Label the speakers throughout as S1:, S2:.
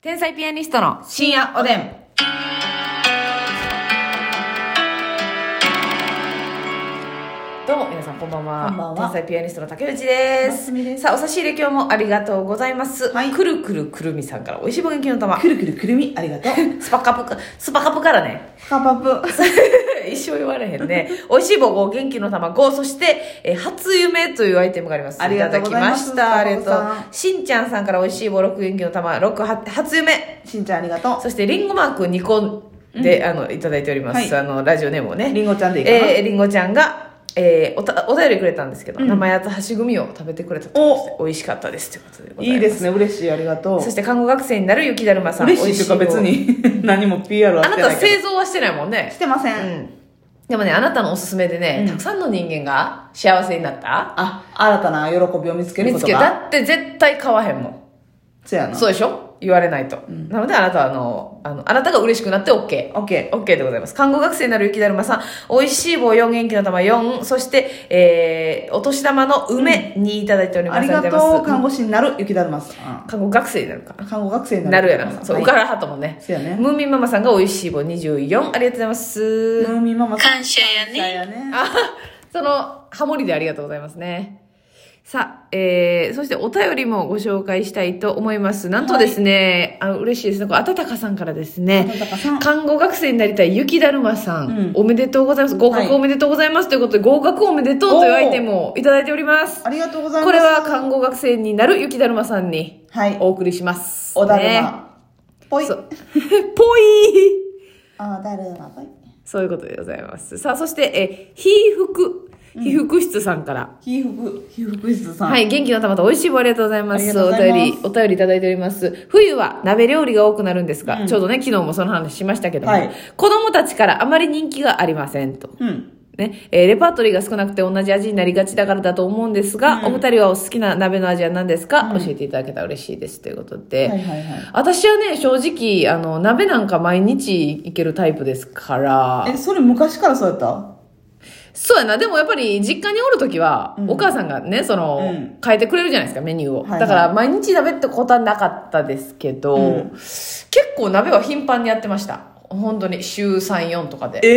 S1: 天才ピアニストの深夜おでん。どうも皆さんこんばんは。
S2: こんばんは
S1: 天才ピアニストの竹内で
S2: ます
S1: す。
S2: みです
S1: さあ、お差し入れ今日もありがとうございます。
S2: はい
S1: くるくるくるみさんから美味しい棒元気の玉
S2: く。るくるくるみ、ありがとう。
S1: スパカプか、スパカプからね。
S2: カ パプ。
S1: 一生言われへん ね。美味しい棒5、元気の玉5、そして、えー初夢というアイテムがあります。
S2: ありがとうございます
S1: いただきました。ありが
S2: さ
S1: と
S2: ん
S1: う。しんちゃんさんから美味しい棒6、元気の玉6、は初夢。
S2: しんちゃん、ありがとう。
S1: そして、リンゴマーク2個で、あの、いただいております。
S2: は
S1: あの、ラジオネームをね。
S2: りんごちゃんでいいかな
S1: えー、りんごちゃんが、えーおたお便りくれたんですけど、生八つはし組を食べてくれたということで美味しかったですということでござい
S2: い
S1: ます。
S2: いですね、嬉しい、ありがとう
S1: そ。して、看護学生になる雪だるまさん。
S2: 嬉しいというか
S1: 美味
S2: 別
S1: 棒
S2: に 何も PR は
S1: あ
S2: し
S1: な
S2: てな
S1: た
S2: いけど。
S1: 製造はしてないもんね。
S2: してません。
S1: うんでもね、あなたのおすすめでね、
S2: うん
S1: たくさんの人間が幸せになった
S2: あ、新たな喜びを見つける
S1: 見
S2: こ
S1: つ
S2: と
S1: け
S2: が。
S1: だって絶対買わへんもん。
S2: そやな。
S1: そうでしょ言われないと。なので、あなたはあの、あの、あなたが嬉しくなって OK。
S2: オッケ
S1: OK でございます。看護学生になる雪だるまさん、美味しい棒4、元気の玉4、そして、えー、お年玉の梅にいただいており
S2: ー。
S1: ます。
S2: ありが
S1: り
S2: とう、
S1: とうござい
S2: 看
S1: ま
S2: 護師になる、雪だるまさん
S1: す。看護学生になるか。
S2: うん。看護学生に
S1: な
S2: な
S1: る
S2: る。
S1: やな。そう、
S2: は
S1: う
S2: い
S1: からはともね。
S2: そうやね
S1: ムーミンママさんが美味しい棒24、ありがとうございます。
S2: ムーミンママさん。
S3: 感謝やね
S2: 感謝やね。
S1: あその、ハモリでありがとうございますね。さあ、えー、そしてお便りもご紹介したいと思います。なんとですね、あの嬉しいですね。これ、あたたかさんからですね
S2: あたたかさ、ん
S1: 看護学生になりたいゆきだるまさん,、
S2: うん
S1: おめでとうございます。合
S2: はい
S1: 格おめでとうございます、ということで、合格おめでとうというアイテムをいただいております。
S2: ありがとうございます。
S1: これは看護学生になるゆきだるまさんに
S2: はい。
S1: お送りします。
S2: おだる
S1: ね。
S2: ま。ぽい
S1: そ。う ぽい
S2: あ、だるまぽい。
S1: そういうことでございます。さあ、そして、えー、被服、被服室さんから。
S2: 皮膚、皮膚室さん。
S1: はい、元気の玉と美味しい棒ありがとうございま
S2: あり
S1: す。
S2: がとう
S1: お
S2: ござい
S1: 便
S2: ます
S1: り、お便りいただいております。冬は鍋料理が多くなるんですが、ちょうどね、昨日もその話しましたけども、
S2: はい
S1: 子供たちからあまり人気がありませんと。
S2: うん。
S1: ね、えーレパートリーが少なくて同じ味になりがちだからだと思うんですが、お二人はお好きな鍋の味は何ですか、教えていただけたら嬉しいですということで、
S2: はいはいはい
S1: 私はね、正直、あの、鍋なんか毎日いけるタイプですから、
S2: え、それ昔からそうやった
S1: そうやな。でもやっぱり実家におるときは、お母さんがね、その、
S2: うん
S1: 変えてくれるじゃないですか、メニューを。
S2: はいはい
S1: だから毎日鍋ってことはなかったですけど、
S2: うん
S1: 結構鍋は頻繁にやってました。本当に週3、4とかで。
S2: え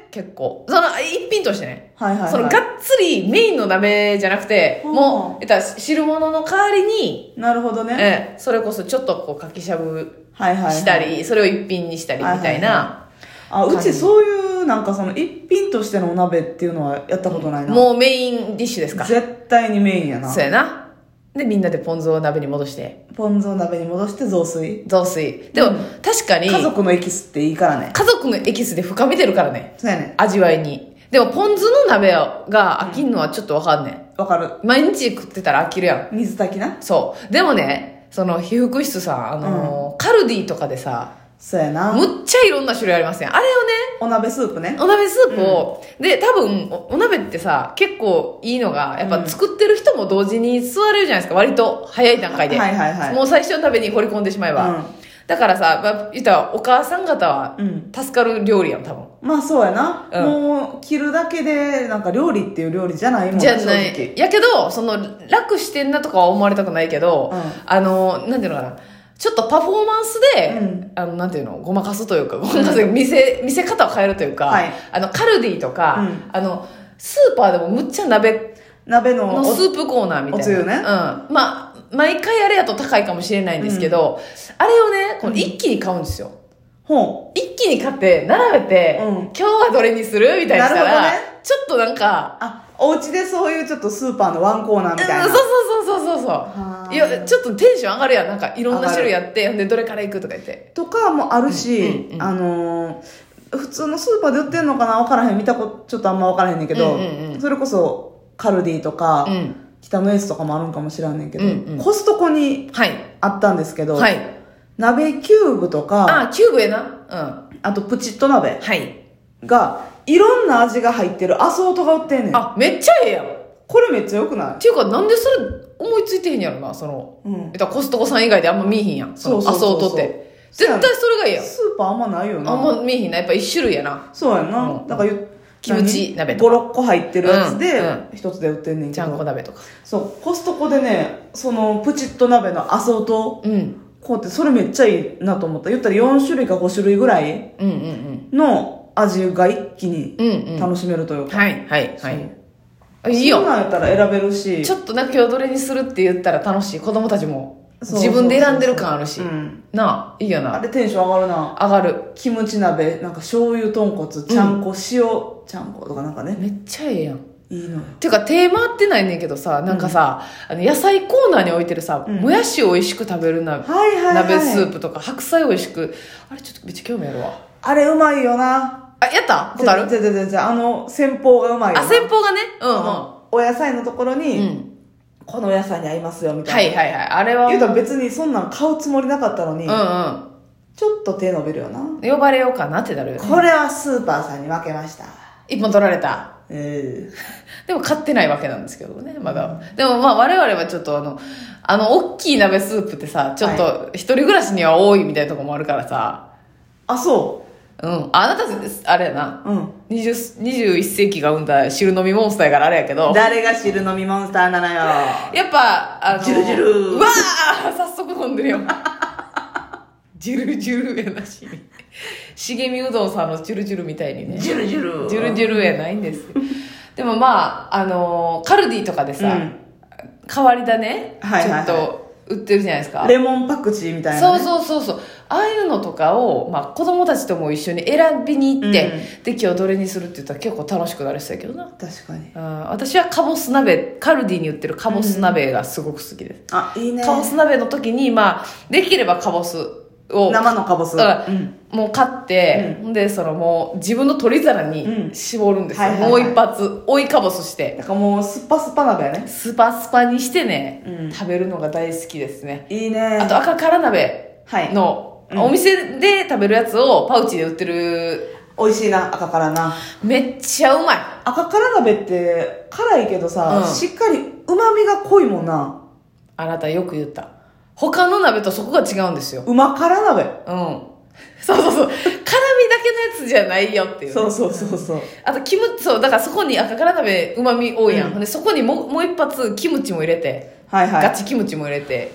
S2: え
S1: 結構。その、一品としてね。
S2: はいはいはい
S1: その、がっつりメインの鍋じゃなくて、
S2: うん
S1: もう、えったら汁物の代わりに、
S2: なるほどね。
S1: ええそれこそちょっとこう、かきしゃぶ
S2: はいはい、はい。
S1: したり、。それを一品にしたりみたいな。
S2: はいはいあ、うちそういう、なんかその一品としてのお鍋っていうのはやったことないな。
S1: もうメインディッシュですか
S2: 絶対にメインやな。
S1: そうやな。で、みんなでポン酢を鍋に戻して、
S2: ポン酢を鍋に戻して雑炊。
S1: 雑炊。でも、確かに、
S2: 家族のエキスっていいからね。
S1: 家族のエキスで深めてるからね、
S2: そうやね。
S1: 味わいに。でも、ポン酢の鍋が飽きんのはちょっとわかんねん。
S2: わかる。
S1: 毎日食ってたら飽きるやん。
S2: 水炊きな。
S1: そう。でもね、その、被服室さん、あのーカルディとかでさ、
S2: そうやな。
S1: むっちゃいろんな種類ありますやん。あれをね、
S2: お鍋スープね。
S1: お鍋スープを、で、多分お、お鍋ってさ、結構いいのが、やっぱ作ってる人も同時に座れるじゃないですか、割と早い段階で。
S2: はいはいはい
S1: もう最初の鍋に放り込んでしまえば。
S2: うん
S1: だからさ、まあ言ったらお母さん方は
S2: うん、
S1: 助かる料理やん、多分。
S2: まあそうやな。
S1: うん
S2: もう、切るだけで、なんか料理っていう料理じゃないもん
S1: じゃな
S2: 正直
S1: い。やけど、その、楽してんなとかは思われたくないけど、
S2: うん
S1: あの、なんていうのかな。ちょっとパフォーマンスで、
S2: うん
S1: あの、なんていうの、ごまかすというか、ごま かす、見せ、見せ方を変えるというか、
S2: はい
S1: あの、カルディとか、
S2: うん
S1: あの、スーパーでもむっちゃ鍋
S2: 鍋の
S1: の
S2: お
S1: スープコーナーみたいな。
S2: おつゆね
S1: うん。まあ、毎回あれやと高いかもしれないんですけど、あれをね、この一気に買うんですよ。
S2: ほ
S1: 一気に買って、並べて、
S2: うん
S1: 今日はどれにするみたいにしたら、
S2: なるほどね
S1: ちょっとなんか、
S2: うあ、お家でそういうちょっとスーパーのワンコーナーみたいな。
S1: うんそうそうそうそうそうそ
S2: は
S1: う
S2: ー
S1: いやちょっとテンション上がるやんなんかいろんな種類あってほんでどれからいくとか言って
S2: とかもあるし、
S1: うんうんうん
S2: あのー普通のスーパーで売ってんのかな分からへん見たことちょっとあんま分からへんねんけど、
S1: うんうんうん
S2: それこそカルディとか、
S1: うん
S2: 北のエースとかもあるんかもしらんねんけど、
S1: うんうん
S2: コストコに
S1: はい
S2: あったんですけど、
S1: はい
S2: 鍋キューブとかあ
S1: あキューブやな
S2: とプチッと鍋
S1: うんはい
S2: がいろんな味が入ってるアソートが売ってんねん
S1: あめっちゃええやんっ
S2: これめっちゃよくない
S1: ていうかなんでそれ思いついてへんやろなその、
S2: うん
S1: えっとコストコさん以外であんま見えへんやんその
S2: そうそうそうそう
S1: アソートって絶対それがええやん
S2: スーパーあんまないよな
S1: あんま見えへんなやっぱ一種類やな
S2: そうやんな、
S1: うん
S2: だからゆ
S1: キムチ鍋と
S2: 56個入ってるやつで
S1: うんうん
S2: 一つで売ってんねんけ
S1: ち
S2: ど、
S1: ゃんこ鍋とか
S2: そう、コストコでね、そのプチッと鍋のアソート
S1: うん
S2: こうって、それめっちゃいいなと思った。言ったら4種類か5種類ぐらい
S1: うんうん
S2: の味が一気に
S1: うん。うんうん。
S2: 楽しめるというか。
S1: はいはいは
S2: そう
S1: い。あいい
S2: そん
S1: よ。
S2: なんやったら選べるし。
S1: ちょっとな、今日どれにするって言ったら楽しい。子供たちも。
S2: そう
S1: 自分で選んでる感あるし
S2: う。ん。
S1: なあ、いいよ
S2: あ
S1: な。
S2: れテンション上がるな。
S1: 上がる。
S2: キムチ鍋、なんか醤油豚骨、ちゃんこ、塩、ちゃんことかなんかね。
S1: めっちゃええやん。
S2: いいのよ。
S1: てか、手回ってないねんけどさ、なんかさ、あの野菜コーナーに置いてるさ、
S2: うん
S1: もやしを美味しく食べるな、
S2: はいはいはい。
S1: 鍋スープとか、白菜を美味しく。あれちょっとめっちゃ興味あるわ。
S2: あれうまいよな。
S1: あ、やったことある
S2: じゃじゃじゃじゃあの、先方がうまいよな。
S1: あ、先方がね。う
S2: あのお野菜のところ
S1: んうん。う
S2: に、
S1: ん。
S2: このお野菜に合いますよ、みた
S1: はいいはいはい。あれは
S2: な。言うたら別にそんなん買うつもりなかったのに、
S1: う
S2: ちょっと手伸びるよな。
S1: んうん。呼ばれようかなってなるよね。
S2: これはスーパーさんに負けました。
S1: 一本取られた。
S2: え
S1: でも買ってないわけなんですけどね、まだ。でもまあ我々はちょっとあの、あの、大きい鍋スープってさ、ちょっと一人暮らしには多いみたいなとこもあるからさ、
S2: あ、そ
S1: うん。あなた、あれやな、
S2: う。うん。
S1: 20 21世紀が生んだ汁飲みモンスターやからあれやけど、
S2: 誰が汁飲みモンスターなのよ。
S1: やっぱ、あの、
S2: ジュルジュル
S1: うわあ早速飲んでるよ。ジュルジュルやなしに。茂みうどんさんのジュルジュルみたいにね。
S2: ジュルジュル。
S1: ジュルジ
S2: ュ
S1: ュルやないんですよでもまあ、あのーカルディとかでさ、
S2: うん
S1: 変わりだね、
S2: はいはいはい
S1: ちょっと売ってるじゃないですか。
S2: レモンパクチーみたいな
S1: そ
S2: ね、
S1: うそうそうそう。ああいうのとかを、まあ子供たちとも一緒に選びに行って、で今日どれにするって言ったら結構楽しくなりそうやけどな。
S2: 確かに。
S1: あー私はカボス鍋、カルディに売ってるカボス鍋がすごく好きです。
S2: あ、いいね。
S1: カボス鍋の時に、まあ、できればカボスを
S2: 生のカボス。
S1: だから
S2: うん
S1: もう買って、ほん、でそのもう自分の取り皿
S2: う
S1: に
S2: ん
S1: 絞るんですよ、
S2: はいはいはい
S1: もう一発追いかぼすして
S2: なんかもう、スッパスパ鍋やね。
S1: スパスパにしてね、
S2: うん
S1: 食べるのが大好きですね
S2: いいね。
S1: あと赤から鍋
S2: はい。
S1: の、
S2: うん
S1: お店で食べるやつをパウチで売ってる
S2: 美味しいな、赤からな。
S1: めっちゃうまい
S2: 赤から鍋って、辛いけどさ、
S1: うん
S2: しっかり旨味が濃いもんな。
S1: あなたよく言った他の鍋とそこが違うんですよ
S2: うま辛鍋。
S1: うん そうそうそう辛味だけのやつじゃないよっていうね、
S2: そうそうそうそう。
S1: あとキムチそうだからそこに赤から鍋うまみ多いやん、
S2: うん
S1: でそこにもうもう一発キムチも入れて
S2: はいは
S1: ガ
S2: い。
S1: チキムチも入れて。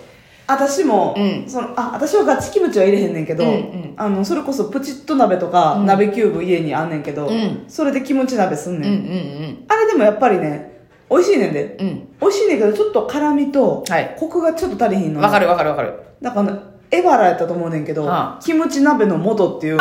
S2: 私も、
S1: うん
S2: その、あ、私はガチキムチは入れへんねんけど、
S1: うんうん
S2: あの、それこそプチッと鍋とか、
S1: うん
S2: 鍋キューブ家にあんねんけど、
S1: うん
S2: それでキムチ鍋す
S1: う
S2: ん
S1: ん
S2: ね
S1: うん
S2: ん。あれでもやっぱりね、美味しいねんで。
S1: うん。うん。
S2: 美味しいねんけど、ちょっと辛みと、
S1: はい
S2: コクがちょっと足りひんの。
S1: わかるわかるわかる。
S2: だからあの、エバラやったと思うねんけど、
S1: あ
S2: キムチ鍋の素っていう、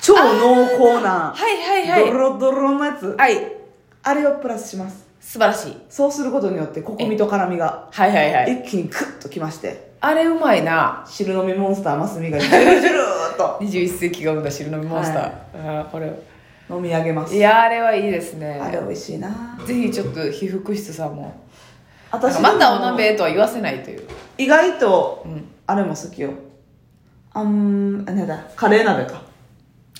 S2: 超濃厚な、
S1: はいはい
S2: ド
S1: はい。
S2: ロドロのやつ、
S1: はい。
S2: あれをプラスします。
S1: 素晴らしい。
S2: そうすることによって、コクミと辛みが、
S1: はいはいはい。
S2: 一気にクッときまして、
S1: あれうまいな。
S2: 汁飲みモンスターマスミが、ジュルジュルーっと
S1: 21世紀が生んだ汁飲みモンスター。ああ、これ。
S2: 飲み上げます。
S1: いや、あれはいいですね。
S2: あれ美味しいな
S1: ぜひちょっと皮膚室さんも。なん
S2: 私
S1: かまたお鍋とは言わせないという。
S2: 意外と、
S1: うん
S2: あれも好きよ。あん、なんだ、カレー鍋か。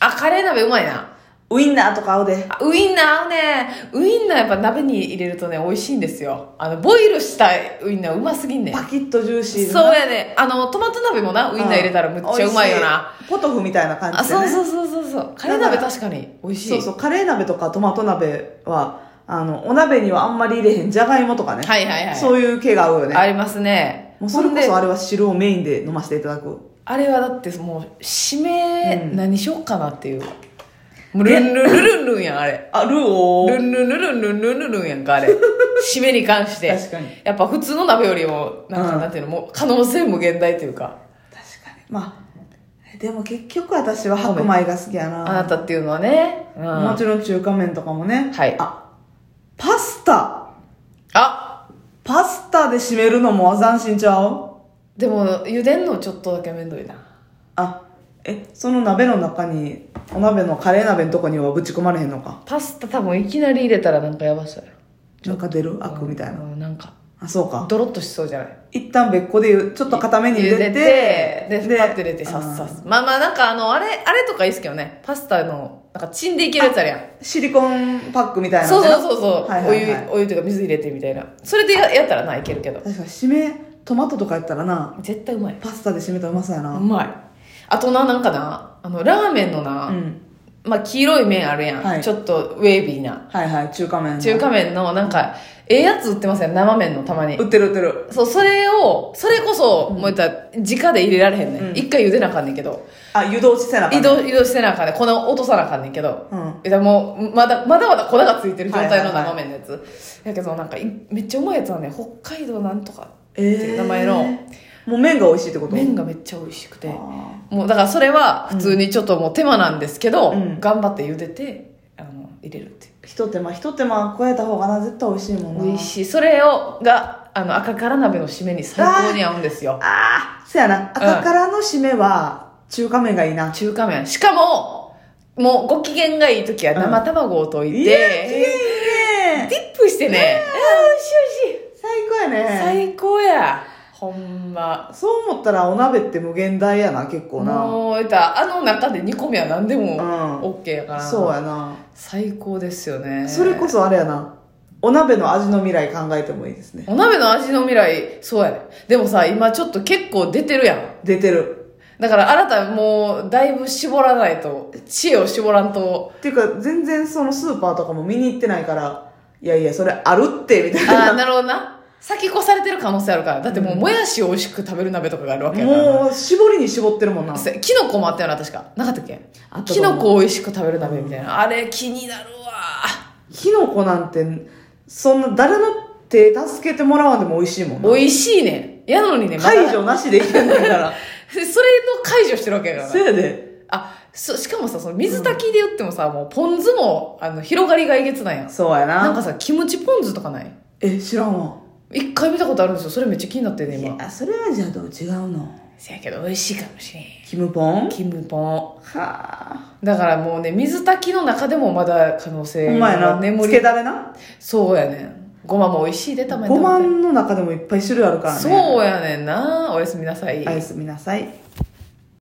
S1: あ、カレー鍋うまいな。
S2: ウインナーとか合うで。
S1: あウインナー合うね。ウインナーやっぱ鍋に入れるとね、美味しいんですよ。あの、ボイルしたウインナーうますぎんねん。
S2: パキッとジューシーな
S1: そうやね。あの、トマト鍋もな、ウインナー入れたらむっちゃうまいよな。。
S2: ん美味しいポトフみたいな感
S1: あ、
S2: じで、ね。
S1: そうそうそうそうそう。カレー鍋確かに美味しい。
S2: そうそうカレー鍋とかトマト鍋はあのお鍋にはあんまり入れへんじゃがいもとかね、
S1: はいはいはい。
S2: そういう系が合うよね
S1: ありますね。
S2: もうそれ
S1: ほん
S2: こ
S1: で
S2: そあれは汁をメインで飲ませていただく
S1: あれはだってもう、締め、
S2: うん
S1: 何しよっかなっていう。もうルンルンルンルンやん、あれ。
S2: あルーを
S1: ルンルンルンルンルンルンルンやんか、あれ。締めに関して。
S2: 確かに
S1: やっぱ普通の鍋よりも、なんか
S2: うん
S1: なんていうの、もう可能性無限大というか。
S2: 確かにまあでも結局私は白米が好きやな
S1: あなたっていうのはね。うん。
S2: もちろん中華麺とかもね
S1: はい
S2: あパスタ
S1: あ
S2: パスタで締めるのも斬新ちゃう
S1: でも、茹でんのちょっとだけめんどいな。
S2: あえその鍋の中にお鍋のカレー鍋のとこにはぶち込まれへんのか
S1: パスタ多分いきなり入れたらなんかやばそうや
S2: なんか出るアクみたい
S1: な。
S2: な
S1: うん、なんか。
S2: あそうか
S1: ドロッとしそうじゃない
S2: 一旦別個でゆちょっと固めに入れて
S1: で、パッて入れて、さっさっまあまあ、なんかあの、あれ、あれとかいいっすけどね。パスタの、なんかチンでいけるやつあるやん。
S2: シリコンパックみたいな
S1: そうそう
S2: う
S1: そうそう、
S2: はいはいはい
S1: お湯、お湯というか水入れてみたいな。それでややったらないけるけど。
S2: 確かに締めトマトとかやったらな
S1: 絶対うまい。
S2: パスタで締めたらうまそうや
S1: う
S2: な
S1: まい。あとな、なんかな、あの、ラーメンのな、
S2: うん
S1: まあ、黄色い麺あるやん、
S2: はい
S1: ちょっとウェービーな
S2: はいはい、中華麺。
S1: 中華麺のなんかええやつ売ってますよ生麺のたまに
S2: 売ってる売ってる。
S1: そうそれをそれこそ、もう言ったら直で入れられへんね、
S2: う
S1: ん
S2: ん
S1: 一回茹でなあかんねんけど
S2: あ、湯通しせなあかん
S1: 移動移動してなあかんねん粉を落とさなあかんねんけど、
S2: うん
S1: えだからもうまだまだまだ粉がついてる状態の
S2: はいはいはい
S1: 生麺のやつ、やけどなんかいめっちゃうまいやつはね北海道なんとか
S2: えー
S1: っていう名前の。
S2: もう麺が美味しいってこと
S1: 麺がめっちゃ美味しくて、
S2: あ
S1: もうだからそれは普通にちょっともう手間なんですけど、
S2: うん
S1: 頑張って茹でてあの入れるっていう
S2: ーひと手間ひと手間加えた方がな絶対美味しいもんな
S1: 美味しいそれをがあの赤から鍋の締めに最高に合うんですよ
S2: ああそやな赤からの締めは中華麺がいいな、
S1: 中華麺しかももうご機嫌がいい時は生卵を溶いて、
S2: いやいい
S1: デ
S2: ね
S1: ィップしてね、あー美味しい美味しい
S2: 最高やね
S1: 最高やほんま
S2: そう思ったらお鍋って無限大やな結構な
S1: もう言ったらあの中で煮込みは何でも
S2: うん
S1: OK やから、
S2: そうやな、
S1: 最高ですよね
S2: それこそあれやなお鍋の味の未来考えてもいいですね
S1: お鍋の味の未来、そうやね。でもさ、今ちょっと結構出てるやん。
S2: 出てる
S1: だからあなたもう、だいぶ絞らないと、知恵を絞らん と、
S2: っていうか全然そのスーパーとかも見に行ってないからいやいやそれあるってみたい
S1: あ
S2: な
S1: あ、なるほどな。先越されてる可能性あるから。だってもう、もやしを美味しく食べる鍋とかがあるわけやからな。
S2: もう絞りに絞ってるもんな
S1: せキノコもあったよな、確か。なかったっけ
S2: あったと
S1: キ
S2: 思う
S1: ノコを美味しく食べる鍋みたいな。あれ、気になるわ。
S2: キノコなんてそんな誰の手助けてもらわんでも美味しいもんな
S1: 美味しいねん。やのにね、まだ
S2: 解除なしでいけんねんから
S1: それの解除してるわけや からな
S2: せ。やで
S1: あ、そ、しかもさ、その水炊きで言ってもさ、もうポン酢も、あの、広がりがえげつないやん。
S2: そうやな
S1: なんかさ、キムチポン酢とかない
S2: え知らんわ
S1: 一回見たことあるんですよ。それめっちゃ気になってんね、今。
S2: それはじゃあどう違うの
S1: せやけど美味しいかもしれん。
S2: キムポン
S1: キムポ
S2: はあ
S1: ン。だからもうね、水炊きの中でもまだ可能性
S2: ほんまやな
S1: 眠
S2: つけ
S1: り。
S2: だれな
S1: そうやねん。ごまも美味しいで、たまに
S2: 5
S1: 食べて。
S2: 万の中でもいっぱい種類あるからね
S1: そううやねんな。おやすみなさい。
S2: おやすみなさい